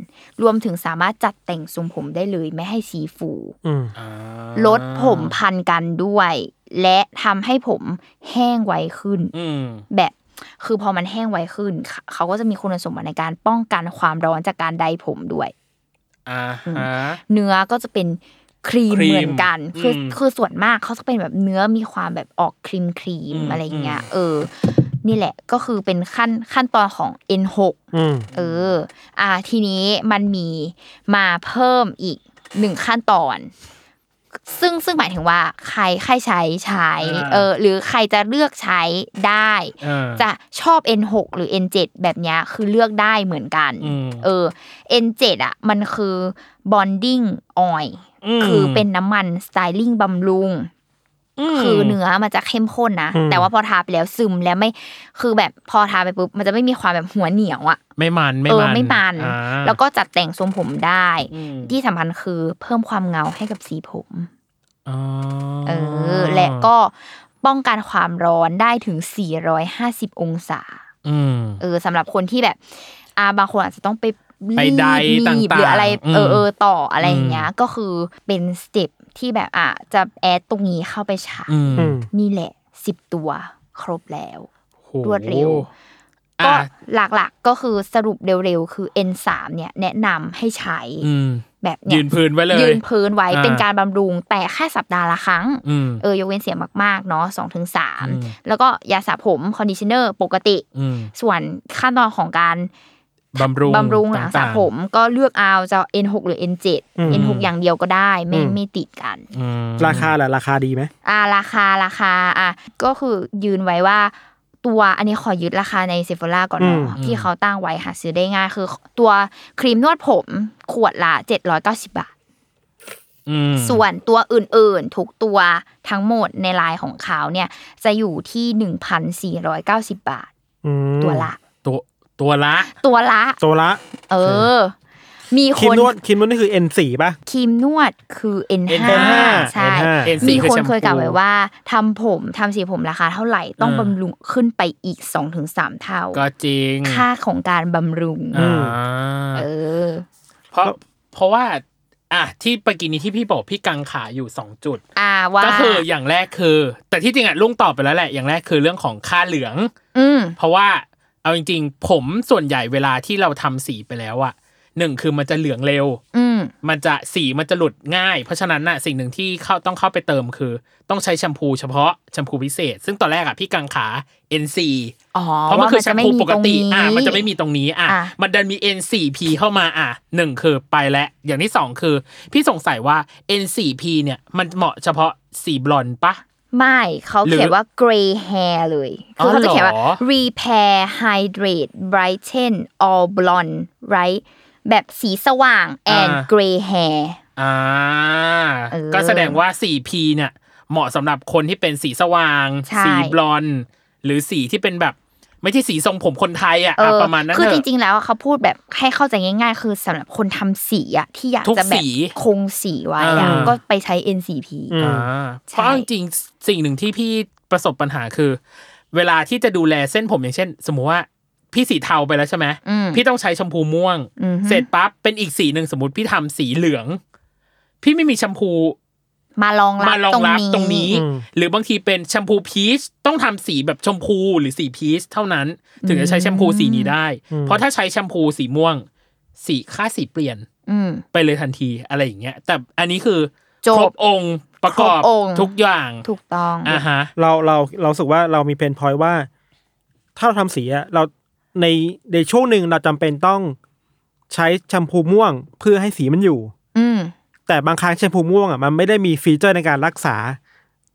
รวมถึงสามารถจัดแต่งทรงผมได้เลยไม่ให้สีฟู อืม อ่า ลดผมพันกันด้วย และทำให้ผมแห้งไวขึ้น อืม แบบคือพอมันแห้งไวขึ้นเขาเขาก็จะมีคุณสมบัติในการป้องกันความร้อนจากการใดผมด้วย อ่าฮะ เนื้อก็จะเป็นครีม ครีม เหมือนกัน คืออ ม คือส่วนมากเขาจะเป็นแบบเนื้อมีความแบบออกครีมครีม อืม อะไรอย่างเงี้ยเออ นี่แหละก็คือเป็นขั้นขั้นตอนของ N6 อืม เออ อ่าทีนี้มันมีมาเพิ่มอีกหนึ่งขั้นตอน ซึ่งซึ่งหมายถึงว่าใครใครใช้ใช้เออหรือใครจะเลือกใช้ได้ เออ จะชอบ N6 หรือ N7 แบบเนี้ยคือเลือกได้เหมือนกัน อืม เออ N7 อ่ะ มันคือ bonding oil อืม คือเป็นน้ำมันสไตลิ่งบำรุง ม คือเนื้อมันจะเข้มข้นนะ แต่ว่าพอทาไปแล้วซึมแล้วไม่ คือแบบพอทาไปปุ๊บ มันจะไม่มีความแบบหัวเหนียวอ่ะ ไม่มันไม่ เออ มัน ไม่มัน อ่า แล้วก็จัดแต่งทรงผมได้ อืม ที่สำคัญคือเพิ่มความเงาให้กับสีผม อ๋อ เออ และก็ป้องกันความร้อนได้ถึง 450 องศา อืม เออสำหรับคนที่แบบอ่าบางคนอาจจะต้องไป ไปใด รีบ ต่างๆ หรืออะไร อืม เออเออต่ออะไรอย่างเงี้ อื ย ม ก็คือเป็นสเต็ปที่แบบอ่ะจะแอดตรงนี้เข้าไปใช้ อืม อืม นี่แหละสิบตัวครบแล้ว โห รวดเร็ว ก็ อ่ะ หลักๆก็คือสรุปเร็วๆ คือ N3 เนี่ยแนะนำให้ใช้ อืม แบบเ ยืนพื้นไว้เลย ยืนพื้นไว้ อ่า เป็นการบำรุงแต่แค่สัปดาห์ละครั้ง อืม เออยกเว้นเสียมากๆเนาะสองถึงสาม อืม แล้วก็ยาสระผมคอนดิชเนอร์ปกติ อืม ส่วนขั้นตอนของการ บำรุง บำรุงหลังสระ ต่ๆ ผมก็เลือกเอาจะ N6 หรือ N7 อืม N6 อย่างเดียวก็ได้ไม่ อืม ไม่ติดกัน อืม ราคาล่ะราคาดีไหม อ่าราคาราคาอ่ะก็คือยืนไว้ว่า ตัวอันนี้ขอยึดราคาในเซฟ h ล่าก่อนเนาะ อืม ที่เขาตั้งไว้หาซื้อได้ง่ายคือ ตัวครีมนวดผมขวดละ790 บาท อืม ส่วนตัวอื่นๆ ทุกตัวทั้งหมดในลายของเขาเนี่ยจะอยู่ที่ 1,490 บาท อืม ตัวละ ตัวตัวละ ตัวละ ตัวละ เออ มี ค ค รีม น นวดครีมนวดนี่คือ N4 ป่ะ ครีมนวดคือ N5 N5 ใช่ N5 เอ็น มี สี่ คน อแชมพู เคยกล่าวไว้ว่าทำผมทำสีผมราคาเท่าไหร่ต้อง อืม บำรุงขึ้นไปอีก 2-3 เท่า ก็จริง ค่าของการบำรุง อ่า เออ เพราะเพราะว่าอ่ะที่ปกินี้ที่พี่บอกพี่กังขาอยู่สองจุด อ่าว่า ก็คืออย่างแรกคือ แต่ที่จริงอ่ะลุงตอบไปแล้วแหละ อย่างแรกคือเรื่องของค่าเหลือง อืม เพราะว่าเอาจริง ๆ ผมส่วนใหญ่เวลาที่เราทำสีไปแล้วอ่ะหนึ่งคือมันจะเหลืองเร็ว อืม มันจะสีมันจะหลุดง่าย เพราะฉะนั้นน่ะสิ่งหนึ่งที่เข้าต้องเข้าไปเติมคือ ต้องใช้แชมพูเฉพาะแชมพูพิเศษ ซึ่งตอนแรกอ่ะพี่กังขา NC อ๋อ เพราะมันคือแชมพูปกติ ว่ อ่ะ นจ มันจะไม่มีตรงนี้ อ่ะ อ่ะ มันดันมี N4P เข้ามา อ่ะหนึ่งคือไปและอย่างที่สองคือ พี่สงสัยว่า N4P เนี่ย มันเหมาะเฉพาะสีบลอนด์ปะ ไม่เขาเขียนว่า gray hair เลย อ๋ คืออเขาจะเขียนว่า เหรอ repair hydrate brighten all blonde right แบบสีสว่าง and อ่า gray hair อ่า เออ ก็แสดงว่า 4P เนี่ย เหมาะสำหรับคนที่เป็นสีสว่าง ใช่ สีบลอนด์หรือสีที่เป็นแบบ ไม่ใช่สีทรงผมคนไทยอ่ะ เอ อ่ะ อ ประมาณนั้น คือ เถ จ อะ ริง ๆ แล้วเขาพูดแบบให้เข้าใจง่ายๆ คือสำหรับคนทำสีอะที่อยาก ทุก จะแบบ สี คงสีไว้อะ อ่า ก็ไปใช้ NCP อืม อ่าเพราะเอาจริงๆสิ่งหนึ่งที่พี่ประสบปัญหาคือ เวลาที่จะดูแลเส้นผมอย่างเช่น สมมุติว่าพี่สีเทาไปแล้วใช่ไหม อืม พี่ต้องใช้แชมพูม่วง อือฮึ เสร็จปั๊บเป็นอีกสีหนึ่งสมมติพี่ทำสีเหลือง พี่ไม่มีแชมพู มาลองรั มา บ รองรับตรงนี้ อืม หรือบางทีเป็นแชมพูพีชต้องทำสีแบบชมพูหรือสีพีชเท่านั้น ถึงจะใช้แชมพูสีนี้ได้ เพราะถ้าใช้แชมพูสีม่วง สีค่าสีเปลี่ยน อืม ไปเลยทันทีอะไรอย่างเงี้ย แต่อันนี้คือ จบ ครบองค์ประกอบ ครบองค์ ทุกอย่าง ถูกต้อง อ่าฮะ เราเราเรารู้สึกว่าเรามีเพนพอยว่า ถ้าเราทำสีอะเราในในช่วงหนึ่งเราจำเป็นต้องใช้แชมพูม่วงเพื่อให้สีมันอยู่ อืม แต่บางครั้งแชมพูม่วงอ่ะมันไม่ได้มีฟีเจอร์ในการรักษา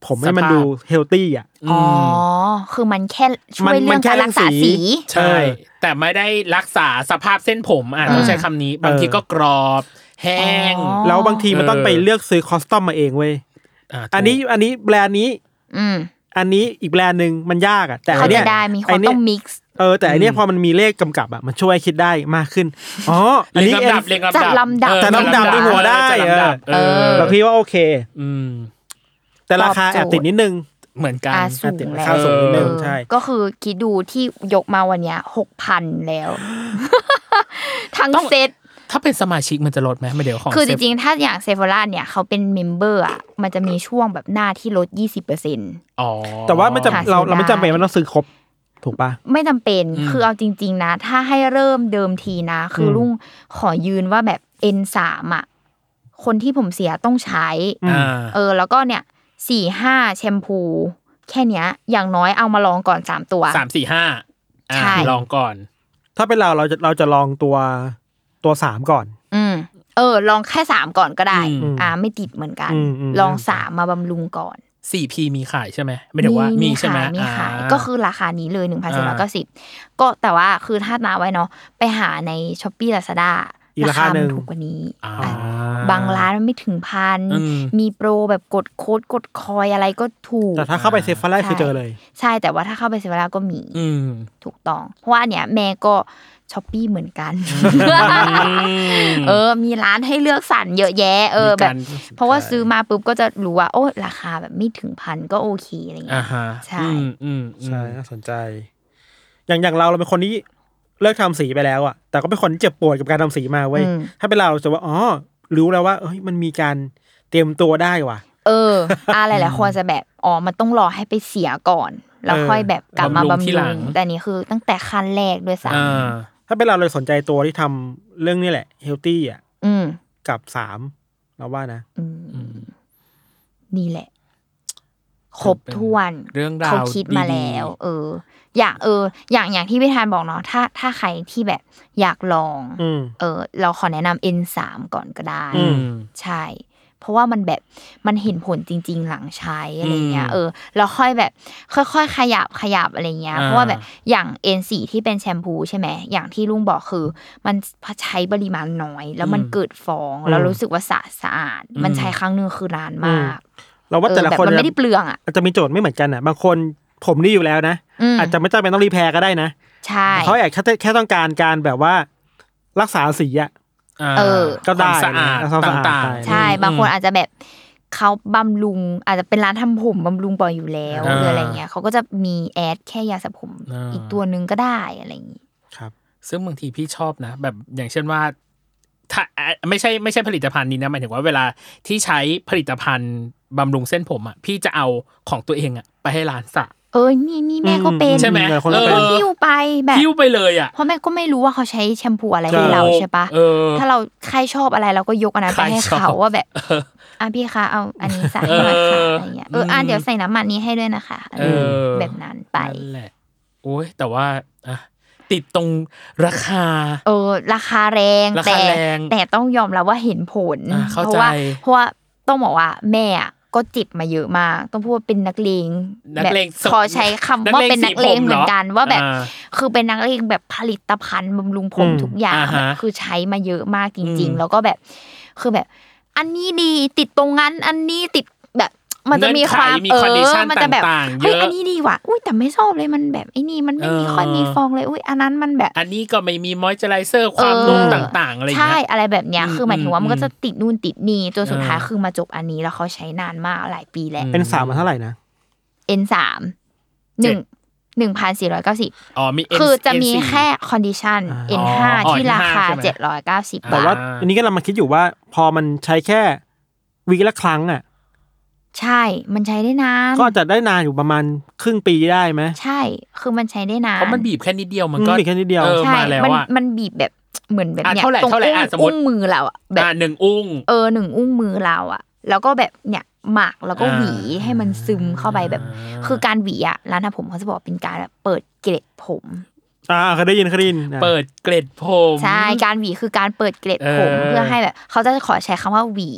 ผมให้มัน สภาพ ดูเฮลตี้อ่ะ อืม อ๋อ คือมันแค่ช่ มั วนยเรื่ มั อน ง แค่ การ เรื่ รั อกง ษา สี สี ใช่ แต่ไม่ได้รักษาสภาพเส้นผมอ่ะ เออ ต้องใช้คำนี้ บางทีก็กรอบแห้ง อ๋อ แล้วบางทีมันต้องไป เออ เลือกซื้อคอสตอมมาเองเว้ย า อันนี้อันนี้แบรนด์นี้ อืม อันนี้อีกแบรนด์หนึ่งมันยากอ่ะ แต่อั เขา นเนี้ จะ ย ได้มีค ไอ้ น เนี้ ต้ ย อง mix เออแต่อันเนี้ยพอมันมีเลขกำกับอ่ะมันช่วยคิดได้มากขึ้นอ๋ออัน เรีย นี้ งลำดับ เอ็น เรียงลำดัจัดลำดับบเออ จัดลำดับในหัวได้ จัลำดับ เออ เออ เราพี่ว่าโอเค อืม แต่ราคาแอบติดนิดนึง เหมือนกัน อาสูง ติด แล้ ค่าวสูงนิดนึง เออ ใช่ ก็คือคิดดูที่ยกมาวันเนี้ยหกพันแล้ว ทั้ง ต้อง เซต ถ้าเป็นสมาชิกมันจะลดไหมไม่เดี๋ยวของ คือจ เซฟ ริงๆ ถ้าอย่างเซฟ h ล่าเนี่ยเขาเป็นเมมเบอร์อ่ะ มันจะมีช่วงแบบหน้าที่ลด 20% อ๋อ แต่ว่ามันจะ หาซื้อ เราเราไม่ ได้ จำเป็นมันต้องซื้อครบถูกปะ ไม่จำเป็น คือเอาจริง ๆ นะ ถ้าให้เริ่มเดิมทีนะ คืออ ม ลุงขอยืนว่าแบบ N3 อ่ะ คนที่ผมเสียต้องใช้ อ่า เออ แล้วก็เนี่ยสี่ห้าแชมพู แค่เนี้ย อย่างน้อยเอามาลองก่อนสามตัว สามสี่ห้าอ่า ใช่ ลองก่อน ถ้าเป็นเราเราจะเราจะลองตัวตัวสามก่อน อืม เออ ลองแค่สามก่อนก็ได้ อืม อ่า ไม่ติดเหมือนกัน อืมอืม ลองสามมาบำรุงก่อน สี่พีมีขายใช่ไหมไม่เดี๋ยวว่ามีใช่ไหม ขายมีขาย อ่ ก็คือราคานี้เลยหนึ่งพันสี่ร้อย อ่า เก้าสิบก็แต่ว่าคือถ้านาไว้เนาะไปหาในช้อปปี้ลาซาด้า อีกราคาหนึ่ง ถูกกว่านี้ อ่า บางร้านมันไม่ถึงพัน อืม มีโปรแบบกดโค้ดกดคอยอะไรก็ถูก แต่ถ้าเข้าไปเซฟฟาร่า ใช่ คือเจอเลย ใช่แต่ว่าถ้าเข้าไปเซเวลาก็มี อืม ถูกต้อง เพราะว่าเนี่ยแม่ก็ช้อปปี้เหมือนกัน เออ มีร้านให้เลือกสรรเยอะแยะ เออ มี แบ กา บ ร เพราะว่าซื้อมาปุ๊บก็จะรู้ว่าโอ้ราคาแบบไม่ถึงพันก็โอเคอะไร อ่า เงี้ย ฮะ ใช่ อืมอืมอืม ใช่น่าสนใจ อย่างอย่างเราเราเป็นคนที่เลิกทำสีไปแล้วอ่ะ แต่ก็เป็นคนที่เจ็บปวดกับการทำสีมาเว้ย อืม ถ้าเป็นเราเราจะว่าอ๋อรู้แล้วว่าเอ้ยมันมีการเตรียมตัวได้ว่ะ เออ อะไรหลายคนจะแบบอ๋อมันต้องรอให้ไปเสียก่อน แล้ว เออ ค่อยแบบกลับมาบำ ที่ห รุ ลั ง ง แต่นี่คือตั้งแต่ขั้นแรกด้วยซ้ อ่า ถ้าเป็นเราเลยสนใจตัวที่ทำเรื่องนี้แหละเฮลตี้อ่ะ ำอืม กับสามเราว่านะ อืมนี่แหละ ครบถ้วน เรื่องรา เขา ว คิดมาแล้ว เออ อย่างเออ อย่างอย่างที่พี่ธานบอกเนาะถ้าถ้าใครที่แบบอยากลอง อืม เออ เราขอแนะนำ N3 ก่อนก็ได้ อืม ใช่ เพราะว่ามันแบบมันเห็นผลจริง ๆ หลังใช้อะไรเงี้ย อืม เออแล้วค่อยแบบ ค่อยๆขยับขยับอะไรเงี้ย อ่า เพราะว่าแบบอย่าง N4 ที่เป็นแชมพูใช่ไหมอย่างที่ลุงบอกคือ มันใช้ปริมาณน้อย แล้วมันเกิดฟองแล้วรู้สึกว่าสะสะอาด มันใช้ครั้งหนึงคือนานมาก เราว่าแต่ละ เออแบบ คน มันไม่ได้เปลืองอะ จจะมีโจทย์ไม่เหมือนกันอ่ะ บางคนผมนี่อยู่แล้วนะ อืม อาจจะไม่จำเป็นต้องรีแพร์ก็ได้นะ ใช่ เขาอาจแค่แค่ต้องการการแบบว่ารักษาสีอ่ะ เออ ก็ได้ ความสะอาด นะความสะอาด ต่างๆ ใช่บางคนอาจจะแบบเขาบำรุง อาจจะเป็นร้านทำผมบำรุงปล่อยอยู่แล้ว อ่า หรืออะไรเงี้ยเขาก็จะมีแอดแค่ยาสระผม อ่า อีกตัวหนึ่งก็ได้อะไรอย่างงี้ ครับ ซึ่งบางทีพี่ชอบนะ แบบอย่างเช่นว่า ถ้าอ่ะไม่ใช่ไม่ใช่ผลิตภัณฑ์นี้นะหมายถึงว่าเวลาที่ใช้ผลิตภัณฑ์บำรุงเส้นผมอ่ะพี่จะเอาของตัวเองอ่ะไปให้ร้านสระ เออนี่นี่แม่ก็เป็น ใช่ไหม หลายคน เอ ก็ อ เป็น หิ้วไปแบบ หิ้วไปเลยอ่ะ เพราะแม่ก็ไม่รู้ว่าเขาใช้แชมพูอะไรให้ ใช่ เราใช่ปะ เออ ถ้าเราใครชอบอะไรเราก็ยกอันนั้นไปให้ ใครชอบ เขาว่าแบบ เออ อ่ะพี่คะเอาอันนี้ใส่ให้หน่อยค่ะ เอออ อะไรเงี้ยเอออ่ะ อืม เดี๋ยวใส่น้ำมันนี้ให้ด้วยนะคะ เออ แบบนั้นไป นั่นแหละโอ้ยแต่ว่าอ่ะติดตรงราคา เออราคาแรง ราคา แต่ แรง แต่ต้องยอมรับว่าเห็นผล อ่าเข้า ราะว่า ใจ เพราะว่าต้องบอกว่าแม่อะก็เจิบมาเยอะมาก ต้องพูดว่าเป็นนักเลง นักเลง แบบ สด ขอใช้คำ ก ว่า ลง เป็นนักเลง สีผ เหมือนกัน ร ว่าแบบ อ่ คือเป็นนักเลงแบบผลิตภัณฑ์บำรุงผม อืม ทุกอย่าง อ่าฮะ แบบคือใช้มาเยอะมากจริง อืม ๆ แล้วก็แบบคือแบบ อันนี้ดีติดตรงนั้น อันนี้ติดแบบมันจะมีความ เงื่ เอออนไขมี condition มัจะแบบ ต่างๆ เฮ้ย เยอะ อันนี้ดีว่ะอุ้ยแต่ไม่ชอบเลยมันแบบไอ้นี่มันไม่มี เออ ค่อยมีฟองเลยอุ้ยอันนั้นมันแบบ อันนี้ก็ไม่มีมอยเจอไรเซอร์ความ เออ นุ่มต่างๆ อะไรอย่าง ใช่ เงี้ย อะไรแบบเนี้ย อืม คือหมายถึงว่ามันก็จะติดนู่นติดนี่จนสุด เออ ท้ายคือมาจบอันนี้แล้วเขาใช้นานมากหลายปีแล้ว อื เป็นสามมันเท่าไหร่นะ N สามหนึ่งหนึ่งพันสี่ร้อยเก้าสิบ อ๋อมี N- คือจะมี N4 แค่คอนดิชัน อ๋อ N ห้าที่ราคา อ๋อ N5 ใช่ไหม เจ็ดร้อยเก้าสิบ แต่ บา แต่ว่า ท อันนี้ก็เรามาคิดอยู่ว่า พอมันใช้แค่วีคละครั้งอ่ะ ใช่ มันใช้ได้นาน ก็อาจจะได้นานอยู่ประมาณครึ่งปีได้ไหม ใช่คือมันใช้ได้นาน เพราะมันบีบแค่นิดเดียวมัน อืม ก็ บีบแค่นิดเดียว ออ ใช่ มาแล้ว มัน อ่ะ มันบีบแบบเหมือนแบบ อ่ะ เนี่ย เท่าไหร่ ตรง เท่าไหร่ อุ้ง อ่ะสมมุติ อุ้งมือเราอะแบบ อ่ะหนึ่งอุ้ง เออหนึ่งอุ้งมือเราอะแล้วก็แบบเนี่ยหมักแล้วก็ อ่า หวีให้มันซึมเข้าไปแบบ อ่า คือการหวีอะร้านทำผมเขาจะบอกว่าเป็นการแบบเปิดเกล็ดผม อ่าเคยได้ยินเคยได้ยินอ่ะ เปิดเกล็ดผม ใช่การหวีคือการเปิดเกล็ดผม เออ เพื่อให้แบบเขาจะขอใช้คำว่าหวี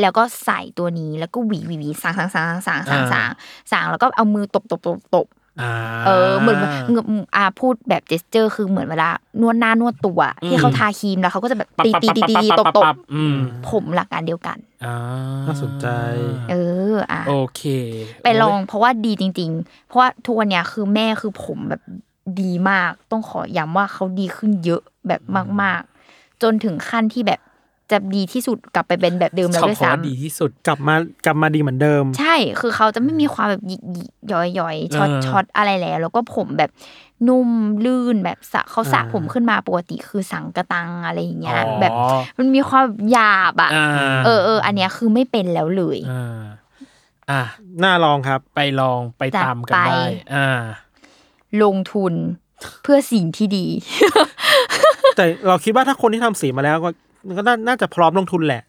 แล้วก็ใส่ตัวนี้แล้วก็หวีหวีหวีสางสางสางสางสางสางสางแล้วก็เอามือตบตบตบตบ อ่า เออเหมือนเหมือนอาพูดแบบเจสเจอร์คือเหมือนเวลานวดหน้านวดตัวอะที่เขาทาครีมแล้วเขาก็จะแบบ ปับ ตี ปับ ตี ปับ ตีตีปับปับ ตบ ปับ ตบ ปับอืม ผมหลักการเดียวกัน อ่า น่าสนใจ เอออ่ะ โอเค ไปลองเพราะว่าดีจริง ๆ เพราะว่าทุกวันเนี้ยคือแม่คือผมแบบดีมาก ต้องขอย้ำว่าเขาดีขึ้นเยอะแบบมาก ๆ จนถึงขั้นที่แบบจะดีที่สุดกลับไปเป็นแบบเดิม โอ้ย แล้ว ชอบ ด้วย คำว่าดี ซ้ำ ที่สุด กลับมากลับมาดีเหมือนเดิม ใช่คือเขาจะไม่มีความแบบหยิกหยิกย้อยย้อยช็อต เออ ช็อตอะไรแล้ว แล้วก็ผมแบบนุ่มลื่นแบบสระเขาสระ อ่า ผมขึ้นมาปกติคือสังกะตังอะไรอย่างเงี้ย อ๋อ แบบมันมีความแบบหยาบอ่ะ อ่า เออเอออันเนี้ยคือไม่เป็นแล้วเลย อ่าอ่ะ น่าลองครับ ไปลองไปตามกัน จัดไป ได้ อ่า ลงทุนเพื่อสิ่งที่ดี แต่เราคิดว่าถ้าคนที่ทำสีมาแล้วก็ก็น่าน่าจะพร้อมลงทุนแหละ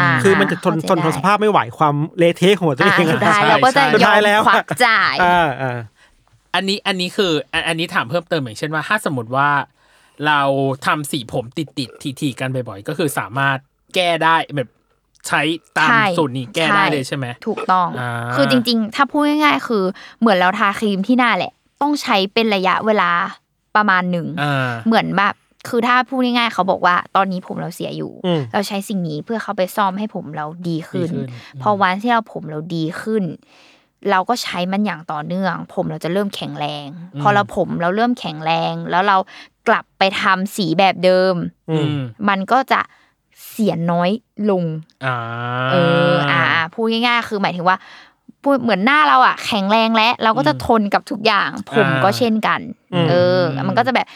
อ่า คือมันจะทนท เข้ น ใจ ทน ได้ สภาพไม่ไหวความเละเทะของตัว อ่า เอง สุด อะ ท้าย ใช่ เราก็จะ ใช่ ย สุด อ ท้ายแล้ว ม อะ ควักจ่าย อ่าอ่า อันนี้อันนี้คืออันอันนี้ถามเพิ่มเติมอย่างเช่นว่า ถ้าสมมติว่าเราทำสีผมติดติดทีทีๆกันบ่อยๆ ก็คือสามารถแก้ได้แบบใช้ตาม ใช่ สูตรนี้แก้ได้เลยใช่ไหม ถูกต้อง อ่า คือจริง ๆ ถ้าพูดง่ายๆ คือเหมือนเราทาครีมที่หน้าแหละ ต้องใช้เป็นระยะเวลาประมาณหนึ่ง อ่า เหมือนแบบคือถ้าพูดง่ายๆ เขาบอกว่าตอนนี้ผมเราเสียอยู่ อืม เราใช้สิ่งนี้เพื่อเขาไปซ่อมให้ผมเราดีขึ้น ดีขึ้น พอวันที่เราผมเราดีขึ้น เราก็ใช้มันอย่างต่อเนื่อง ผมเราจะเริ่มแข็งแรง พอเราผมเราเริ่มแข็งแรง แล้วเรากลับไปทำสีแบบเดิม อืม มันก็จะเสียน้อยลง อ่า เออ อ่า พูดง่ายๆ คือหมายถึงว่าพูดเหมือนหน้าเราอะแข็งแรงและเราก็จะทนกับทุกอย่าง ผมก็เช่นกัน เออ มันก็จะแบบ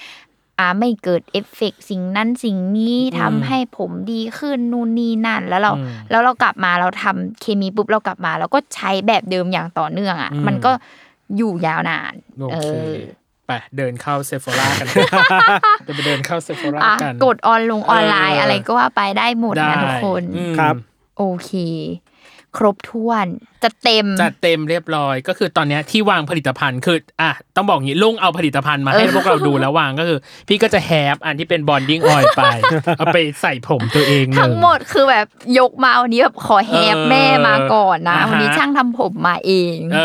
อ่า ไม่เกิดเอฟเฟกต์สิ่งนั้นสิ่งนี้ทำให้ผมดีขึ้นนู่นนี่นั่น แล้วเรา อืม แล้วเรากลับมาเราทำเคมีปุ๊บเรากลับมาเราก็ใช้แบบเดิมอย่างต่อเนื่องอะ อืม มันก็อยู่ยาวนาน โอ เอ เค อ ไปเดินเข้าเซฟโฟรา กัน จะไปเดินเข้าเซฟโฟรา อ่ะ กัน กดออนลงออนไลน์ เอออ อะไรก็ว่าไปได้หมดนะทุกคน อืม ครับ โอเค ครบถ้วน จะเต็ม จัดเต็มเรียบร้อยก็คือตอนเนี้ยที่วางผลิตภัณฑ์คืออ่ะต้องบอกงี้ลุงเอาผลิตภัณฑ์มาให้ เออ พวกเราดูแล้ววางก็คือ พี่ก็จะแฮปอันที่เป็นบอนดิ้งออย ไป เอาไปใส่ผมตัวเองเลย ทั้งหมดคือแบบยกมาวันนี้แบบขอแฮป เออ แม่มาก่อนนะ อ่าฮะ วันนี้ช่างทำผมมาเอง เอ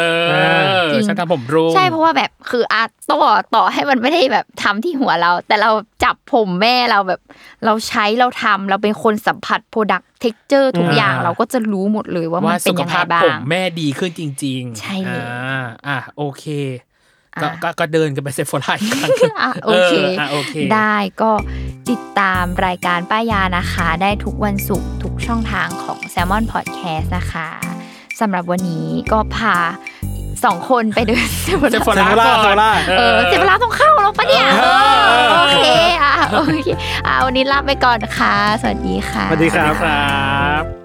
อ จริง ฉันทำผมรุ่ง ใช่เพราะว่าแบบคืออาต่อต่อให้มันไม่ได้แบบทำที่หัวเรา แต่เราจับผมแม่เราแบบ เราใช้เราทำเราเป็นคนสัมผัสโปรดักต์เท็กเจอร์ทุก อ่า อย่างเราก็จะรู้หมดเลยว่ามั ว่าน เป็ สุ น ข ยังไง ภาพ บ้า ผ ง มแม่ดีขึ้นจริงๆ ใช่เลย อ่าอ่ะโอเคก็ อ่ะ ก็ก็เดินกันไปเซฟโฟไลอีกครั้ง อ่ะโอเค เอออ่ะโอเค ได้ก็ติดตามรายการป้ายานะคะ ได้ทุกวันศุกร์ทุกช่องทางของ s ซ l m o n Podcast นะคะสำหรับวันนี้ก็พาสองคนไปเดินเซฟ เซฟโฟ เซ ไลา ฟโฟไลเซฟโฟไล เออเซฟลาต้องเข้าแล้วปะเนี่ย เออ โอเคอ่ะโอเคอ่ะวันนี้ลาไปก่อนค่ะ สวัสดีค่ะ สวัสดีค ค รั รับ บ